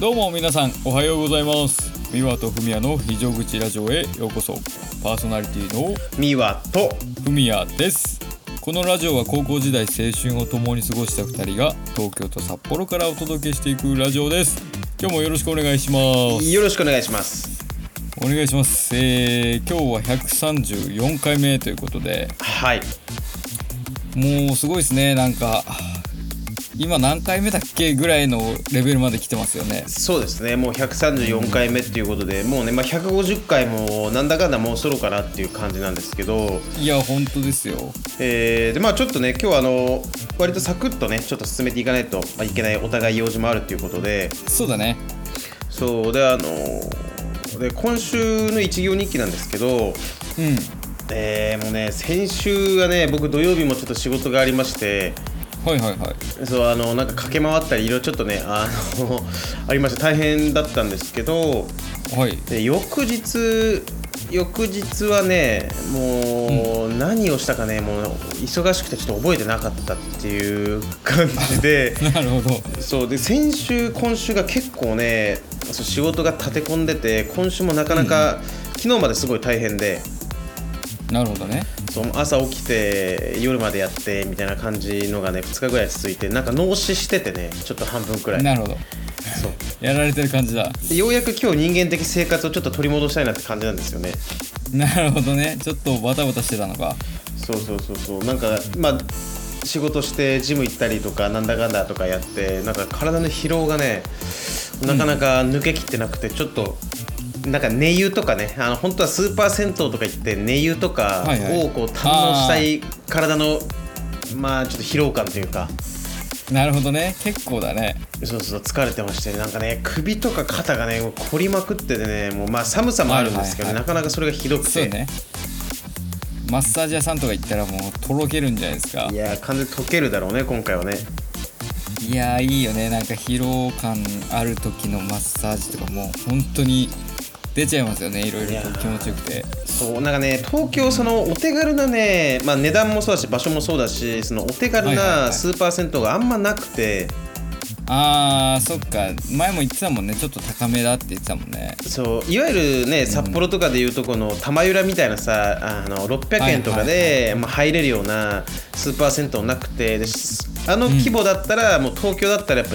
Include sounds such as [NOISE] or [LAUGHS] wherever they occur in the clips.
どうも皆さんおはようございます三輪とふみやの非常口ラジオへようこそパーソナリティのミワとふみやですこのラジオは高校時代青春を共に過ごした2人が東京と札幌からお届けしていくラジオです今日もよろしくお願いしますよろしくお願いしますお願いしますえー、今日は134回目ということではいもうすごいですねなんか今何回目だっけぐらいのレベルまで来てますよねそうですねもう134回目っていうことで、もうね、まあ、150回もなんだかんだもうそろかなっていう感じなんですけど、いや本当ですよえーでまあちょっとね今日はあの割とサクッとねちょっと進めていかないとまあいけないお互い用事もあるっていうことでそうだねそうであので今週の一行日記なんですけどうんえーもうね先週はね僕土曜日もちょっと仕事がありましてはいはいはいそうあのなんか駆け回ったりいろいろちょっとねあの [LAUGHS] ありました大変だったんですけどはいで翌日翌日はねもう、何をしたかねもう忙しくてちょっと覚えてなかったっていう感じでなるほど [LAUGHS] そうで先週今週が結構ねそう仕事が立て込んでて今週もなかなか、昨日まですごい大変で。なるほどねそう朝起きて夜までやってみたいな感じのがね2日ぐらい続いてなんか脳死しててねちょっと半分くらいなるほどそうやられてる感じだでようやく今日人間的生活をちょっと取り戻したいなって感じなんですよねなるほどねちょっとバタバタしてたのかそうそうそうそうなんかまあ仕事してジム行ったりとかなんだかんだとかやってなんか体の疲労がねなかなか抜けきってなくてちょっと、なんか寝湯とかねあの本当はスーパー銭湯とか行って寝湯とかはいはいをこう堪能したい体のまあちょっと疲労感というかなるほどね結構だねそうそう疲れてましてなんかね首とか肩がねもう凝りまくっててねもうまあ寒さもあるんですけど、はいはいはいなかなかそれがひどくそうて、ねマッサージ屋さんとか行ったらもうとろけるんじゃないですかいやー完全に溶けるだろうね今回はねいやーいいよねなんか疲労感ある時のマッサージとかもう本当に出ちゃいますよねいろいろと気持ちよくてそうなんかね東京そのお手軽なね、まあ、値段もそうだし場所もそうだしそのお手軽はいはいはないスーパー銭湯があんまなくて、あーそっか前も言ってたもんねちょっと高めだって言ってたもんねそういわゆるね札幌とかでいうとこの玉浦みたいなさあの600円とかはいはいで、まあ、入れるようなスーパー銭湯なくてでしあの規模だったら、もう東京だったらやっぱ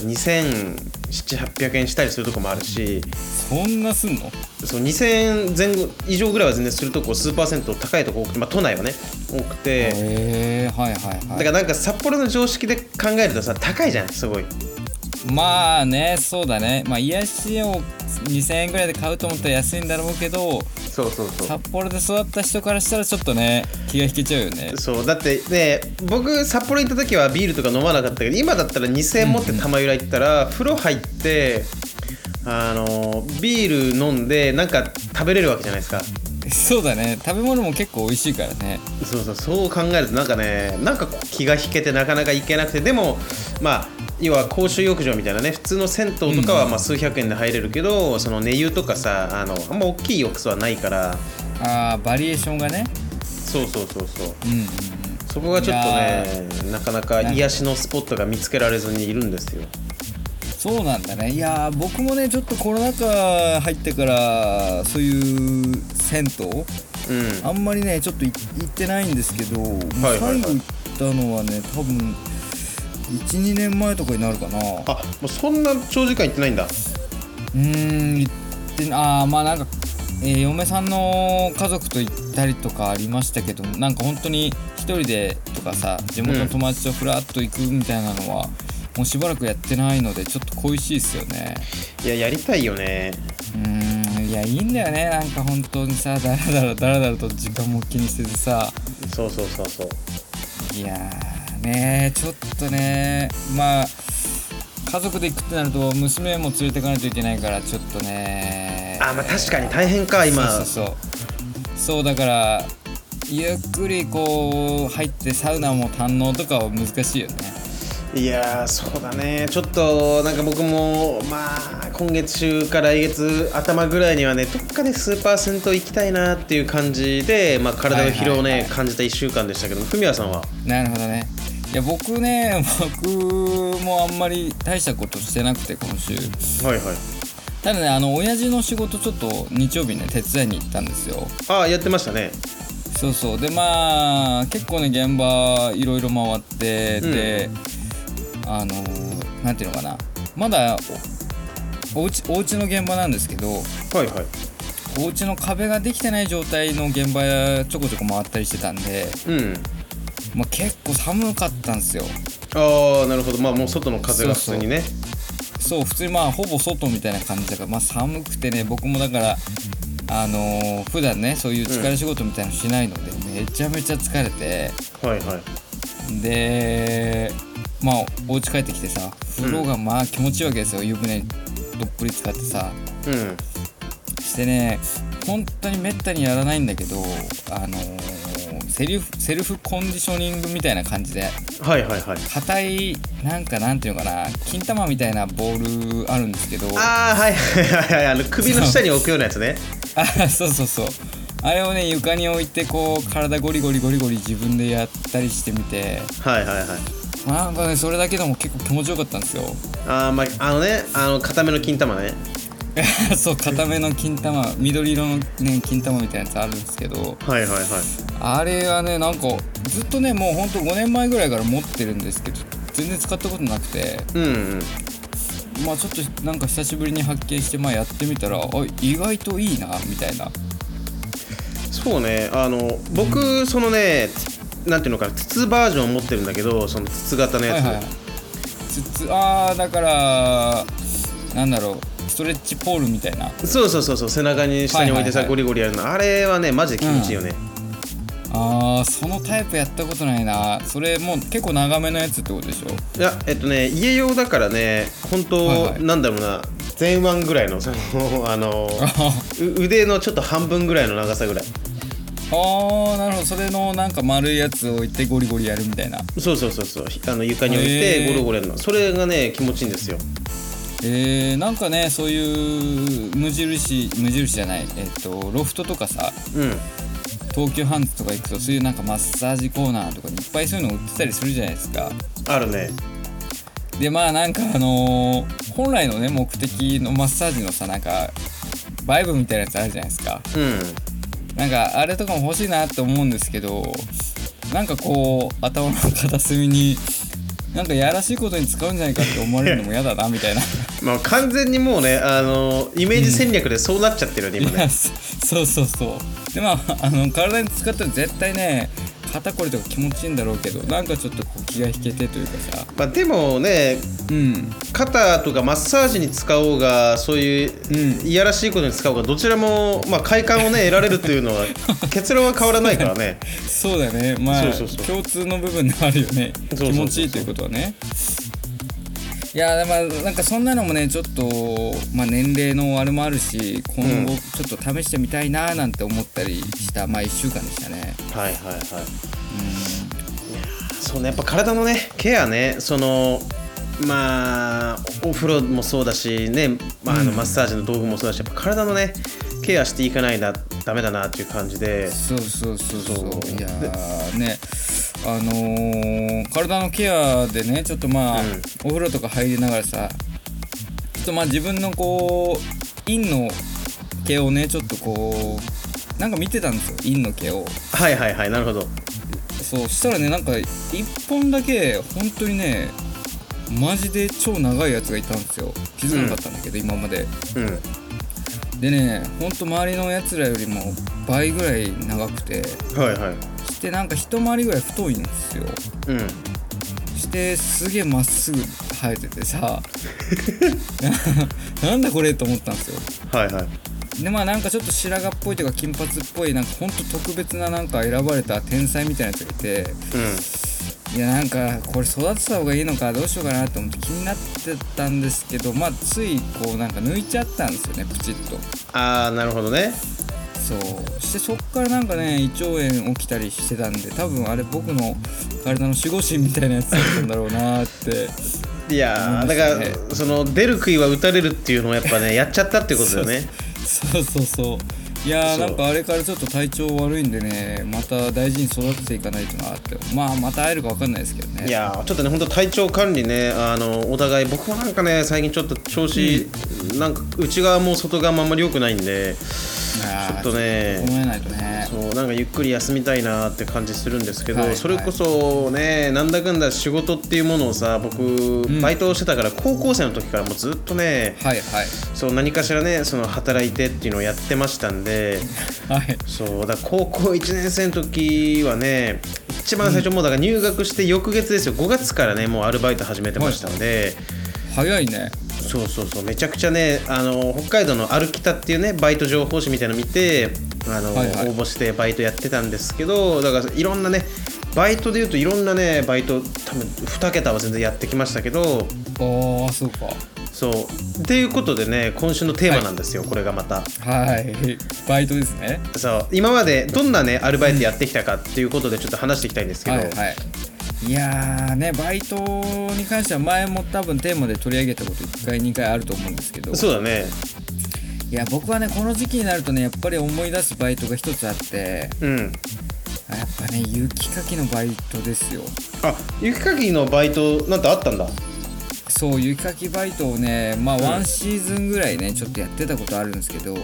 2700800円したりするとこもあるしそんなすんのそう2000円前後以上ぐらいは全然するとこスーパー銭湯高いとこ多くて、まあ、都内はね多くて。へえはいはいだはいからなんか札幌の常識で考えるとさ高いじゃんすごいまあねそうだねまあ癒しを2000円ぐらいで買うと思ったら安いんだろうけどそうそうそ札幌で育った人からしたらちょっとね気が引けちゃうよねそうだってね僕札幌に行った時はビールとか飲まなかったけど今だったら2000円持って玉浦行ったら、風呂入ってあのビール飲んでなんか食べれるわけじゃないですかそうだね食べ物も結構美味しいからねそうそうそう考えるとなんかねなんかこう気が引けてなかなか行けなくてでもまあ要は公衆浴場みたいなね普通の銭湯とかはまあ数百円で入れるけど、その寝湯とかさあのあんま大きい浴槽はないからあーバリエーションがねそうそうそうそううんうんうんそこがちょっとねなかなか癒しのスポットが見つけられずにいるんですよそうなんだねいやー僕もねちょっとコロナ禍入ってからそういう銭湯うんあんまりねちょっとい行ってないんですけど、もうはいはい最後行ったのはね多分12年前とかになるかなうあもうそんな長時間行ってないんだーん行ってあーまあなんか、えー嫁さんの家族と行ったりとかありましたけどなんか本当に一人でとかさ地元の友達とふらっと行くみたいなのは、もうしばらくやってないのでちょっと恋しいっすよねいややりたいよねうーんいやいいんだよねなんか本当にさだらだらだらだらと時間も気にせずさそうそうそうそういやーねちょっとねまあ家族で行くってなると娘も連れてかないといけないからちょっとねあまあ確かに大変か今そうそうそうそうだからゆっくりこう入ってサウナも堪能とかは難しいよねいやーそうだねちょっとなんか僕もまあ今月中か来月頭ぐらいにはねどっかでスーパー銭湯行きたいなっていう感じで、まあ、体の疲労をね、はいはいはい感じた1週間でしたけどフミヤさんはなるほどねいや僕ね僕もあんまり大したことしてなくて今週はいはいただねあの親父の仕事ちょっと日曜日ね手伝いに行ったんですよああやってましたねそうそうでまあ結構ね現場いろいろ回って、うんであのなんていうのかなまだおおうちおうちの現場なんですけどはいはいお家の壁ができてない状態の現場やちょこちょこ回ったりしてたんで、うんまあ、結構寒かったんですよああなるほどまあもう外の風が普通にねそう普通にまあほぼ外みたいな感じだから、まあ、寒くてね僕もだからあのー普段ねそういう疲れ仕事みたいなのしないので、めちゃめちゃ疲れてはいはいでまあお家帰ってきてさ風呂がまあ気持ちいいわけですよ、湯船にどっぷり使ってさうんしてね本当にめったにやらないんだけどあのーセルフセルフコンディショニングみたいな感じではいはいはい硬いなんかなんていうのかな金玉みたいなボールあるんですけどああはいはいはいはいあの首の下に置くようなやつねあそうそうそうあれをね床に置いてこう体ゴリゴリゴリゴリ自分でやったりしてみてはいはいはいなんかねそれだけでも結構気持ちよかったんですよ [LAUGHS] あーまああのねあの固めの金玉ねそう固めの金玉緑色のね金玉みたいなやつあるんですけどはいはいはいあれはねなんかずっとねもうほんと5年前ぐらいから持ってるんですけど全然使ったことなくてうんうんまあちょっとなんか久しぶりに発見してまあやってみたらあ意外といいなみたいなそうねあの僕そのねなんていうのかな筒バージョンを持ってるんだけどその筒型のやつ、はいはいつつあーだからなんだろうストレッチポールみたいなそうそうそうそう背中に下に置いてさ、はいはいはいゴリゴリやるのあれはねマジで気持ちいいよね、あーそのタイプやったことないなそれもう結構長めのやつってことでしょ [LAUGHS] いやえっとね家用だからね本当、はいはいなんだろうな前腕ぐらいのその [LAUGHS] あのう腕のちょっと半分ぐらいの長さぐらいあーなるほどそれのなんか丸いやつを置いてゴリゴリやるみたいなそうそうそうそうあの床に置いへーてゴロゴロやるのそれがね気持ちいいんですよえー、なんかねそういう無印無印じゃないえっ、とロフトとかさうん東急ハンズとか行くとそういうなんかマッサージコーナーとかにいっぱいそういうの売ってたりするじゃないですかあるねでまあなんかあのー本来のね目的のマッサージのさなんかバイブみたいなやつあるじゃないですかうんなんかあれとかも欲しいなって思うんですけどなんかこう頭の片隅になんかやらしいことに使うんじゃないかって思われるのも嫌だなみたいないまあ完全にもうねあのイメージ戦略でそうなっちゃってるよね、今ねやそ [LAUGHS] そうそうそうでまああの体に使ったら絶対ね肩こりとか気持ちいいんだろうけどなんかちょっとこう気が引けてというかさまあ、でもねうん肩とかマッサージに使おうがそういうういやらしいことに使おうがどちらも、まあ、快感をね得られるとい [LAUGHS] うのは結論は変わらないからねそうだねまあそうそうそう共通の部分ではあるよねそうそうそう気持ちいいということはねいやまあなんかそんなのもねちょっと、まあ、年齢のあれもあるし今後ちょっと試してみたいななんて思ったりした、まあ1週間でしたねはいはいはいそうねやっぱ体のねケアねそのまあお風呂もそうだしね、まあ、あのマッサージの道具もそうだしやっぱ体のねケアしていかないなダメだなっていう感じでそうそうそうそうそういやーねあのー体のケアでねちょっとまあ、うんお風呂とか入りながらさちょっとまあ自分のこう陰の毛をねちょっとこうなんか見てたんですよ陰の毛をはいはいはいなるほどそうしたらねなんか1本だけ本当にねマジで超長いやつがいたんですよ気づかなかったんだけど、今までうんでねほんと周りのやつらよりも倍ぐらい長くてはいはいしてなんか一回りぐらい太いんですようんしてすげえまっすぐ生えててさ [LAUGHS] なんだこれと思ったんですよはいはいでまあなんかちょっと白髪っぽいというか金髪っぽいなんかほんと特別ななんか選ばれた天才みたいなやつがいてうんいやなんかこれ育てた方がいいのかどうしようかなと思って気になってたんですけどまあついこうなんか抜いちゃったんですよねプチッとああなるほどねそうしてそっからなんかね胃腸炎起きたりしてたんで多分あれ僕の体の守護神みたいなやつだったんだろうなーっていやー思だいましたねからその出る杭は打たれるっていうのをやっぱねやっちゃったってことだよねそうそうそういやーそうなんかあれからちょっと体調悪いんでねまた大事に育てていかないとなってまあまた会えるか分かんないですけどねいやーちょっとね、本当、体調管理ね、あのお互い、僕もなんかね、最近ちょっと調子、なんか内側も外側もあんまり良くないんで、ちちょっとね思えないとねそうなんかゆっくり休みたいなって感じするんですけど、はいはいそれこそね、なんだかんだ仕事っていうものをさ、僕、バイトをしてたから、高校生の時からもうずっとね、はいはいそう何かしらね、その働いてっていうのをやってましたんで。はいそうだから高校1年生の時はね一番最初もうだから入学して翌月ですよ5月からねもうアルバイト始めてましたので、早いねそうそうそうめちゃくちゃねあの北海道の「歩きた」っていうねバイト情報誌みたいなの見てあの、はいはい応募してバイトやってたんですけどだからいろんなねバイトでいうといろんなねバイト多分2桁は全然やってきましたけどああそうかそうっていうことでね今週のテーマなんですよ、これがまた。はいバイトですねそう今までどんなねアルバイトやってきたかっていうことでちょっと話していきたいんですけはど、いはいいやーねバイトに関しては前も多分テーマで取り上げたこと1回2回あると思うんですけどそうだねいや僕はねこの時期になるとねやっぱり思い出すバイトが一つあってうんあやっぱね雪かきのバイトですよあ雪かきのバイトなんてあったんだそう雪かきバイトをねまあワンシーズンぐらいねちょっとやってたことあるんですけど、うん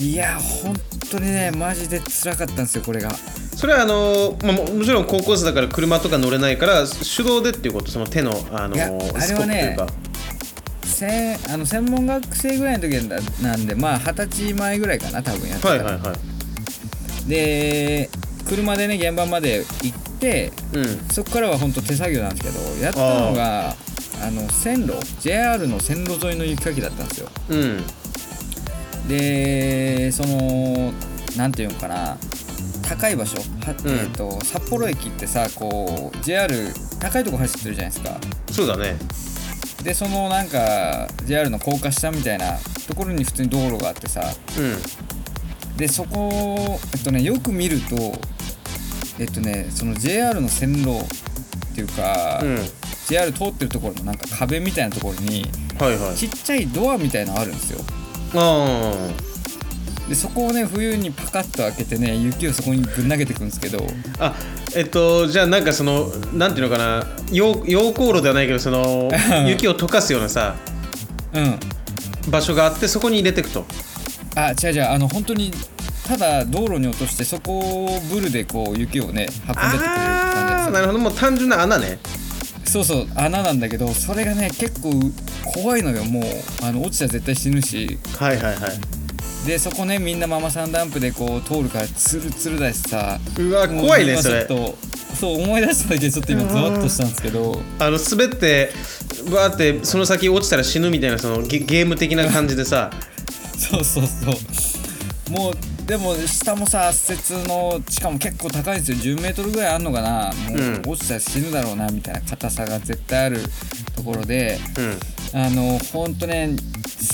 いや本当にねマジで辛かったんですよこれがそれはあのーまあ、ももちろん高校生だから車とか乗れないから手動でっていうことその手の、あのーいやあれはねスコップせんあの専門学生ぐらいの時なんだなんでまあ二十歳前ぐらいかな多分やってとた、いうかはいはいはで車でね現場まで行っていうんそこからは本当手作業なんですけどやったのがあの線路 JR の線路沿いの雪かきだったんですようんでそのなんていうのかな高い場所、はうんえー、と札幌駅ってさこう JR 高いとこ走ってるじゃないですかそうだねでそのなんか JR の高架下みたいなところに普通に道路があってさうでそこえっとねよく見るとえっとねその JR の線路っていうか、んうん JR 通ってるところのなんか壁みたいなところにはいはいちっちゃいドアみたいなのあるんですよあでそこをね冬にパカッと開けてね雪をそこにぶん投げてくんですけどーあえっとじゃあなんかそのなんていうのかな溶溶鉱炉ではないけどその [LAUGHS] 雪を溶かすようなさうん場所があってそこに入れていくとあ違う違うあの本当にただ道路に落としてそこをブルでこう雪をね運んでってくれるって感ああじななんるほどもう単純な穴ねですそうそう穴なんだけどそれがね結構怖いのよもうあの落ちたら絶対死ぬしはいはいはいでそこねみんなママさんダンプでこう通るからツルツルだしさうわもう怖いね今それちょっとそう思い出しただけでちょっと今ゾワッとしたんですけどあの滑ってわーってその先落ちたら死ぬみたいなそのゲゲーム的な感じでさそうそうそうもうでも下もさ圧雪のしかも結構高いんですよ1 0ルぐらいあんのかなもうんう落ちたら死ぬだろうなみたいな硬さが絶対あるところでうんあのほんとね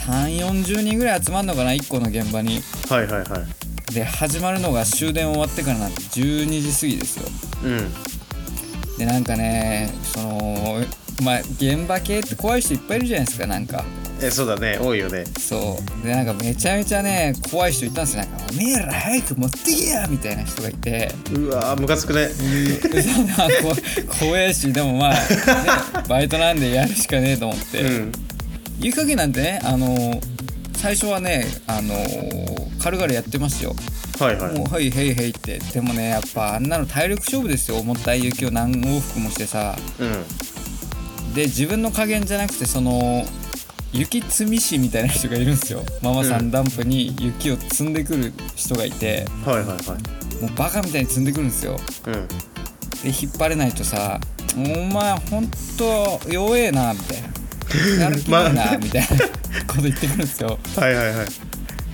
3 4 0人ぐらい集まるのかな1個の現場にはいはいはいで始まるのが終電終わってからなんて12時過ぎですようんでなんかねそのまあ現場系って怖い人いっぱいいるじゃないですかなんかえそうだね多いよねそうでなんかめちゃめちゃね怖い人いたんですよなんか「おめえら早く持ってけや!」みたいな人がいてうわームカつくねそんなこ怖えしでもまあ、ね、バイトなんでやるしかねえと思って、うん湯加減なんてねあの最初はねあの軽々やってますよはいはもいう「はいへいへい」ってでもねやっぱあんなの体力勝負ですよ重たい雪を何往復もしてさうんで自分の加減じゃなくてその雪積み師みたいな人がいるんですよママさうんんダンプに雪を積んでくる人がいてはいはいはいもうバカみたいに積んでくるんですようんで引っ張れないとさ「お前ほんと弱えな」みたいな「やる気 [LAUGHS] ないな」みたいなこと言ってくるんですよはいはいはい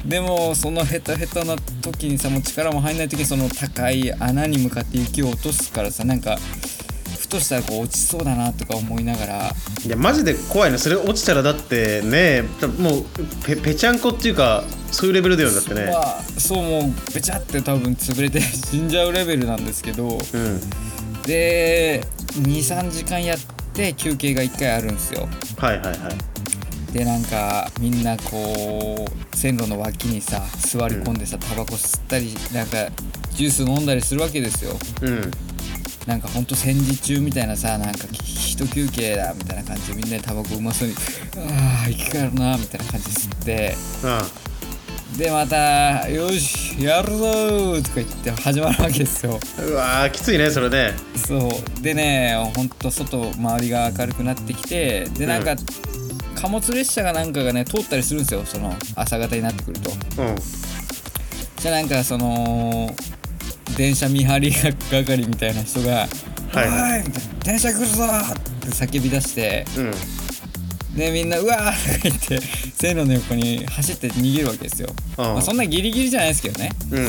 でもそのヘタヘタな時にさもう力も入んない時にその高い穴に向かって雪を落とすからさなんかふとしたらこう落ちそうだなとか思いながらいやマジで怖いねそれ落ちたらだってね多分もうぺぺちゃんこっていうかそういうレベルだよねだってねまあそうもうべちゃって多分潰れて死んじゃうレベルなんですけどうんで23時間やって休憩が1回あるんですよはいはいはいでなんかみんなこう線路の脇にさ座り込んでさタバコ吸ったりなんかジュース飲んだりするわけですようんなんかほんと戦時中みたいなさなんか一休憩だみたいな感じでみんなでタバコうまそうに「ああ生き返るな」みたいな感じで吸ってあでまた「よしやるぞー」とか言って始まるわけですよあうわーきついねそれねそうでねほんと外周りが明るくなってきてでなんか、うん貨物列車がなんかがね通ったりするんですよその朝方になってくるとうんじゃあなんかその電車見張り係みたいな人が「はおいいみたいな電車来るぞ!」って叫び出してうんでみんな「うわー!」とか言って線路の横に走って逃げるわけですよ、うんまあ、そんなギリギリじゃないですけどねうん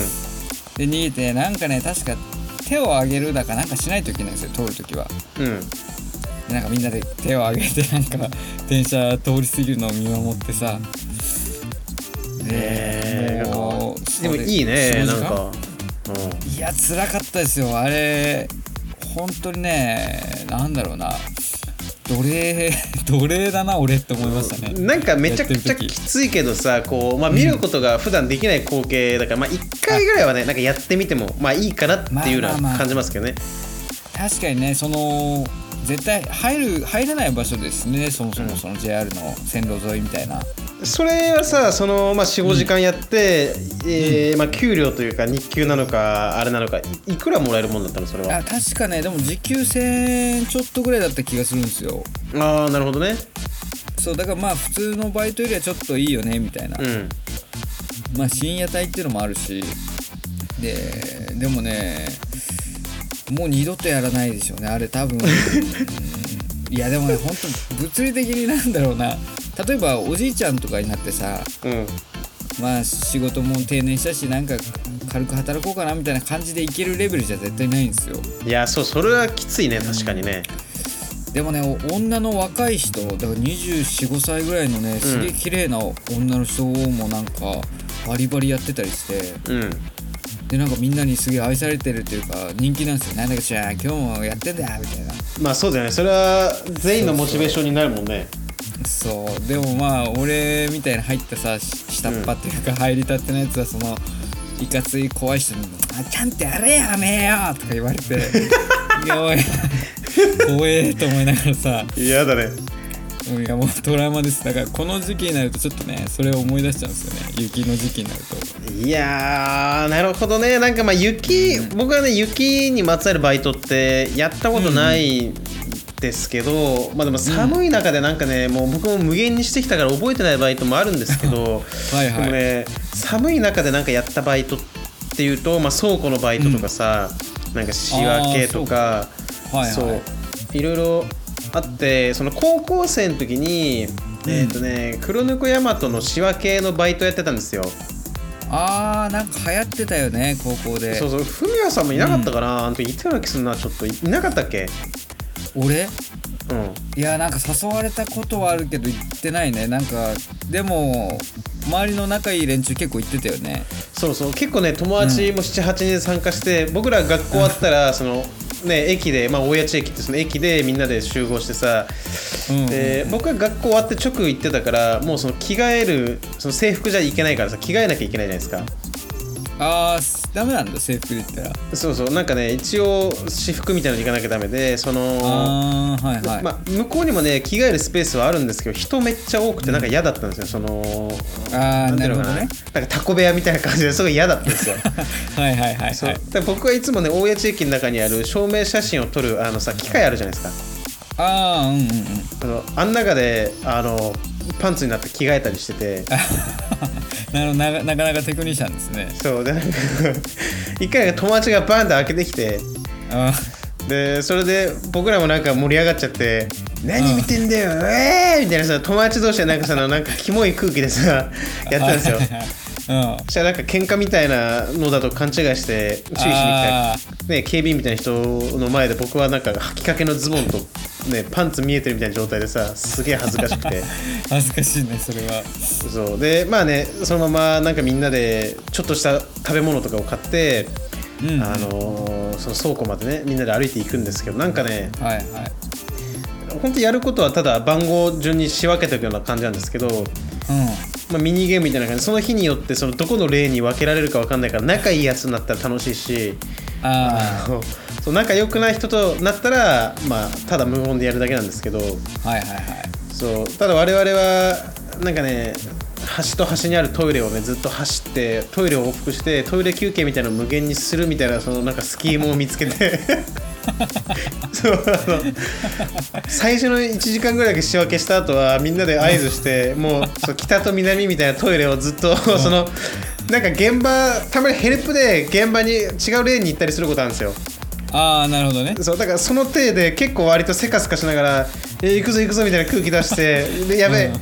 で逃げてなんかね確か手を上げるだかなんかしないといけないんですよ通るときはうんでなんかみんなで手を上げてなんか電車通り過ぎるのを見守ってさえーもうでもいいねそなうんですかうんいや辛かったですよあれ本当にねなんだろうな奴隷 [LAUGHS] 奴隷だな俺って思いましたねなんかめちゃくちやゃってるき時ついけどさこう、まあ、見ることが普段できない光景だから、まあ、1回ぐらいはねなんかやってみてもまあいいかなっていうのまあまはあまあ感じますけどね、確かにねその絶対入る入れない場所ですねそもそもその JR の線路沿いみたいなそれはさその、まあ、45時間やって、えーまあ、給料というか日給なのかあれなのかいいくらもらえるもんだったのそれはあ確かねでも時給1000円ちょっとぐらいだった気がするんですよああなるほどねそうだからまあ普通のバイトよりはちょっといいよねみたいな、うんまあ深夜帯っていうのもあるしででもねもう二度とやらないでしょうねあれ多 [LAUGHS] 分うんいやでもね本当物理的になんだろうな例えばおじいちゃんとかになってさうんまあ仕事も定年したしなんか軽く働こうかなみたいな感じでいけるレベルじゃ絶対ないんですよいやそうそれはきついね確かにね、でもねお女の若い人だから245歳ぐらいのねすげえ綺麗な女の人もなんかバリバリやってたりしてうんでなんかみんなにすげえ愛されてるっていうか人気なんですよなんだか知らない今日もやってんだよみたいなまあそうだよねそれは全員のモチベーションになるもんねそうでもまあ俺みたいな入ったさし下っ端っていうか入りたてのやつはそのいかつい怖い人に「あちゃんとやれやめえよ!」とか言われて「いやおい [LAUGHS] 怖え」と思いながらさ嫌だねうんいやもうトラウマですだからこの時期になるとちょっとねそれを思い出しちゃうんですよね雪の時期になるといやーなるほどねなんかまあ雪、僕はね雪にまつわるバイトってやったことないですけど、まあでも寒い中でなんかねもう僕も無限にしてきたから覚えてないバイトもあるんですけど [LAUGHS] はいはいでもね寒い中でなんかやったバイトっていうと、まあ、倉庫のバイトとかさ、なんか仕分けとかあーそうかはいはいそういろいろあってその高校生の時に、えっ、とね黒猫大和の仕分けのバイトやってたんですよ。あーなんか流行ってたよね高校でそうそう、フミヤさんもいなかったかな、あの時いたような気するな、ちょっといいなかったっけ。俺うん。いやなんか誘われたことはあるけど行ってないねなんかでも周りの仲いい連中結構行ってたよねそうそう、結構ね、友達も七八人で参加して、僕ら学校終わったら、その。ね、駅で、まあ、大谷地駅ってその駅でみんなで集合してさ、うんで僕は学校終わって直行ってたからもうその着替えるその制服じゃいけないからさ着替えなきゃいけないじゃないですかあーダメなんだ制服で言ったらそうそうなんかね一応私服みたいなの行かなきゃダメでそのああはいはい、まあ、向こうにもね着替えるスペースはあるんですけど人めっちゃ多くてなんか嫌だったんですよ、そのああなんてないうるほのかどなねなんかタコ部屋みたいな感じですごい嫌だったん [LAUGHS] ですよはいはいはいそはういで僕はいつもね大谷地域の中にある証明写真を撮るあのさ機械あるじゃないですああうん [LAUGHS] うんうんかあのあん中であのパンツになって着替えたりしててなるなかなかなかテクニシャンですねそうでなんか [LAUGHS] 一回なんか友達がバンって開けてきてあでそれで僕らもなんか盛り上がっちゃって「何見てんだよええー!」みたいなさ友達同士でなんかそのなんかキモい空気 [LAUGHS] でさやったんですよはいはいはいうんそしたらなんか喧嘩みたいなのだと勘違いして注意しに来あたね、警備員みたいな人の前で僕はなんか履きかけのズボンと、ね、パンツ見えてるみたいな状態でさすげえ恥ずか [LAUGHS] しくて恥ずかしいねそれはそうでまあねそのままなんかみんなでちょっとした食べ物とかを買って、うんあのーその倉庫までねみんなで歩いていくんですけどなんかねはいはい本当やることはただ番号順に仕分けていくような感じなんですけど、うんまあ、ミニゲームみたいな感じその日によってそのどこの例に分けられるか分かんないから仲いいやつになったら楽しいしあそう仲良くない人となったら、まあ、ただ無言でやるだけなんですけどあはいはいはいそうただ我々はなんかね端と端にあるトイレをねずっと走ってトイレを往復してトイレ休憩みたいなのを無限にするみたいなそのなんかスキームを見つけてそうあの最初の1時間ぐらいだけ仕分けした後はみんなで合図してもうそう北と南みたいなトイレをずっとそのなんか現場たまにヘルプで現場に違うレーンに行ったりすることあるんですよ。ああなるほどねそうだからその体で結構割とせかすかしながら「えー行くぞ行くぞ」みたいな空気 [LAUGHS] 出して「でやべえ、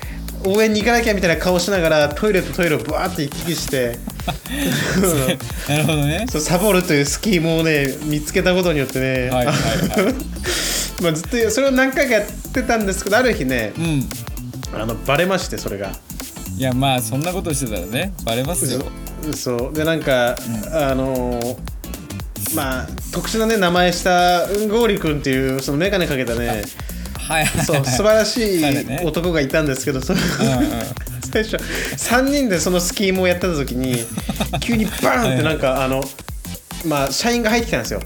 応援に行かなきゃ」みたいな顔しながらトイレとトイレをバーって行き来して [LAUGHS] うんなるほどねそうサボるというスキームをね見つけたことによってね、はいはいは [LAUGHS] まあずっとそれを何回かやってたんですけどある日ねうんあのバレましてそれが。いやまあそんなことしてたらねバレますよそうでなんか、あのーまあ特殊なね名前したゴーリ君っていうその眼鏡かけたねはいはい [LAUGHS] そう素晴ららしい彼ね男がいたんですけど、その最初3人でそのスキームをやってた時 [LAUGHS] に急にバーンってなんかあのまあ社員が入ってきたんですよ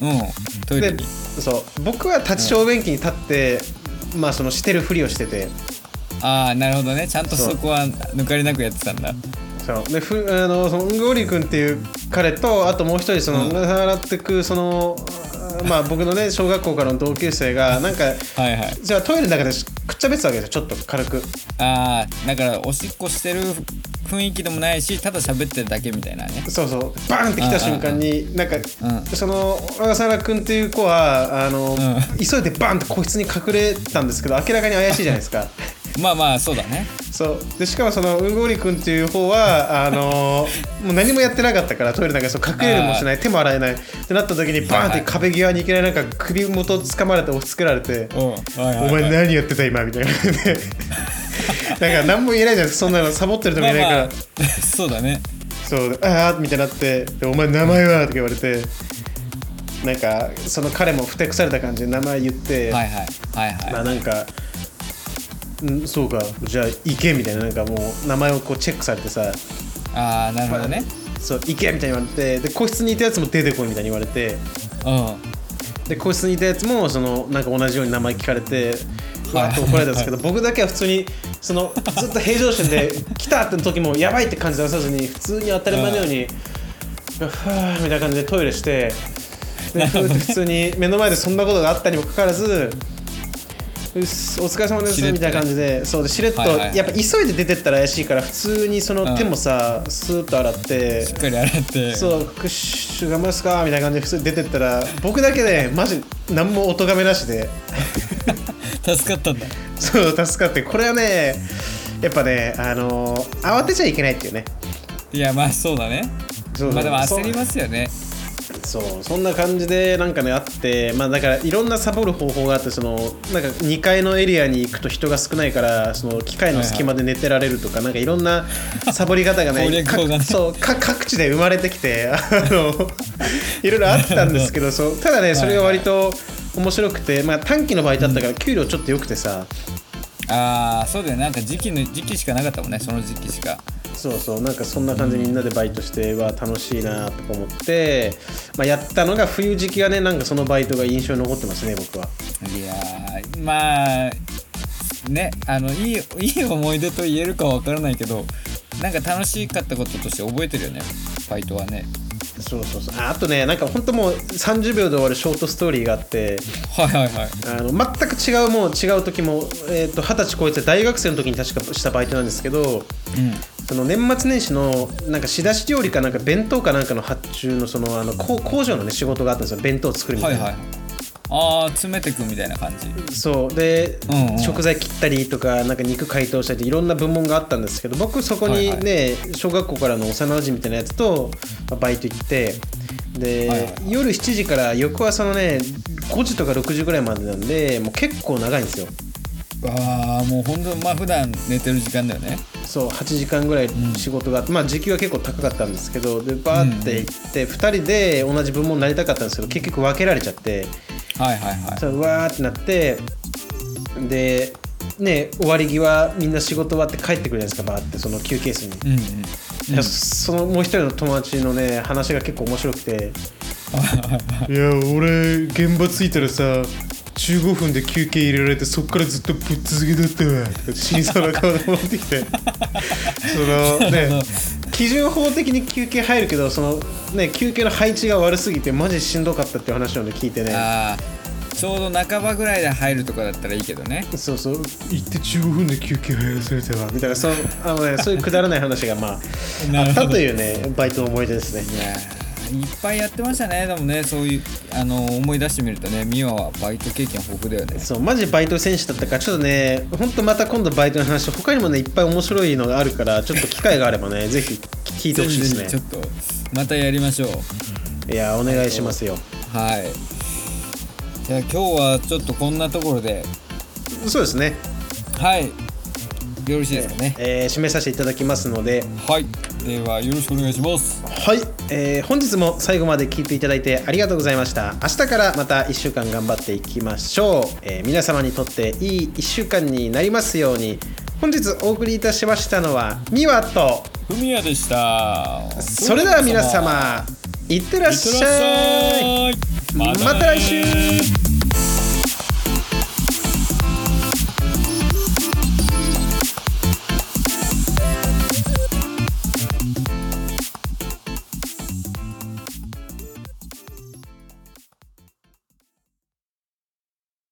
うんうんトイレでにそう僕は立ち小便器に立って、まあそのしてるふりをしててああなるほどねちゃんとそうそこは抜かりなくやってたんだそうでふあのそのゴリ君っていう彼とあともう一人その、習ってくそのまあ僕のね小学校からの同級生がなんかはいはいじゃあトイレの中でしくっちゃべってたわけですよちょっと軽く。ああだからおしっこしてる雰囲気でもないしただ喋ってるだけみたいなねそうそうバーンって来た瞬間になんか、うんその小笠原君っていう子はあの、ん急いでバーンって個室に隠れたんですけど明らかに怪しいじゃないです [LAUGHS] かまあまあそうだねそうでしかもそのうんごり君っていう方はあのもう何もやってなかったからトイレなんかそう隠れるもしない手も洗えないってなった時にバーンって壁際にいきなりなんか首元つかまれて押し付けられてうんはいは「いお前何やってた今」みた [LAUGHS] いな感じでなんか何も言えないじゃないですかそんなのサボってるともま言あ [LAUGHS] えないかまら。あそうだねそうああみたいになってで「お前名前は?」とか言われてなんかその彼もふてくされた感じで名前言って、はいはいはいまはあなんか「んそうかじゃあ行け」みたいななんかもう名前をこうチェックされてさいああなるほどね「そう行け」みたいに言われてで個室にいたやつも出てこいみたいに言われてうんで個室にいたやつもそのなんか同じように名前聞かれて。わーっと怒られたんですけど、僕だけは普通にそのずっと平常心 [LAUGHS] で「来た!」って時もやばいって感じ出さずに普通に当たり前のように「ふー」みたいな感じでトイレしてでふーって普通に目の前でそんなことがあったにもかかわらず「うっすお疲れ様ですし」れっみとねたいな感じでそうでしれっと、はいはいやっぱ急いで出てったら怪しいから普通にその手もさ、スーッと洗ってしっかり洗ってそう、クッシュ頑張りますかみたいな感じで普通に出てったら、僕だけね、マジ、何もお咎めなしで、 [LAUGHS] 助かったんだそう、助かって、これはね、やっぱね、あのー慌てちゃいけないっていうね。いやまあそうだねそうまあでもそう焦りますよねそう、そんな感じで、なんかね、あって、まあだから、いろんなサボる方法があって、その、なんか2階のエリアに行くと人が少ないから、その、機械の隙間で寝てられるとか、なんかいろんなサボり方がね、 [LAUGHS] 攻略法がねかそうか各地で生まれてきて、あ [LAUGHS] の、いろいろあったんですけど、そうただね、それが割と面白くて、まあ短期の場合だったから、給料ちょっと良くてさ、ああそうだよねなんか時期の時期しかなかったもんねその時期しかそうそうなんかそんな感じでみんなでバイトしては楽しいなとか思って、まあ、やったのが冬時期がねなんかそのバイトが印象に残ってますね僕はいやーまあねあのいいいい思い出と言えるかは分からないけどなんか楽しかったこととして覚えてるよねバイトはねそうそうそうああとねなんか本当もう30秒で終わるショートストーリーがあってはいはいはいあの全く違うもう違う時もえーと二十、歳超えて大学生の時に確かしたバイトなんですけどうんその年末年始のなんか仕出し料理かなんか弁当かなんかの発注のそのあの工工場のね仕事があったんですよ弁当を作るみたはいいな、はいああ詰めてくみたいな感じそうで、うんうん食材切ったりとかなんか肉解凍したりいろんな部門があったんですけど僕そこにね、はい小学校からの幼馴染みたいなやつとまあバイト行ってで、はいはいはい夜7時から翌朝のね5時とか6時ぐらいまでなんでもう結構長いんですよああもうほんとまあ普段寝てる時間だよねそう8時間ぐらい仕事があって、まあ時給は結構高かったんですけどでバーって行って、2人で同じ部門になりたかったんですけど結局分けられちゃって。はいはいはいそうわーってなってでね終わり際みんな仕事終わって帰ってくるじゃないですかバーってその休憩室に、うんうんいやそのもう一人の友達のね話が結構面白くていや俺現場着いたらさ15分で休憩入れられてそっからずっとぶっ続けだったわとか死にそうな顔で戻って [LAUGHS] きてそのね基準法的に休憩入るけどそのね休憩の配置が悪すぎてマジしんどかったっていう話をね聞いてねあーちょうど半ばぐらいで入るとかだったらいいけどねそうそう行って15分で休憩入らされたわみたいなそうあの、ね、そういうくだらない話がま [LAUGHS] あなあるっほどたというねバイトの思い出ですねいやーいっぱいやってましたねでもねそういうあの思い出してみるとねミワはバイト経験豊富だよねそうマジバイト選手だったからちょっとね本当また今度バイトの話他にもねいっぱい面白いのがあるからちょっと機会があればねぜひ聞いてほしいぜでひちすょねっとまたやりましょういやお願いしますよはいじゃあ今日はちょっとこんなところでそうですね、はいよろしいですかねえー締めさせていただきますのではいではよろしくお願いしますはい、えー本日も最後まで聞いていただいてありがとうございました明日からまた1週間頑張っていきましょう、えー皆様にとっていい1週間になりますように本日お送りいたしましたのは2話とふみやでしたそれでは皆様いってらっしゃいいってらっしゃいまた来週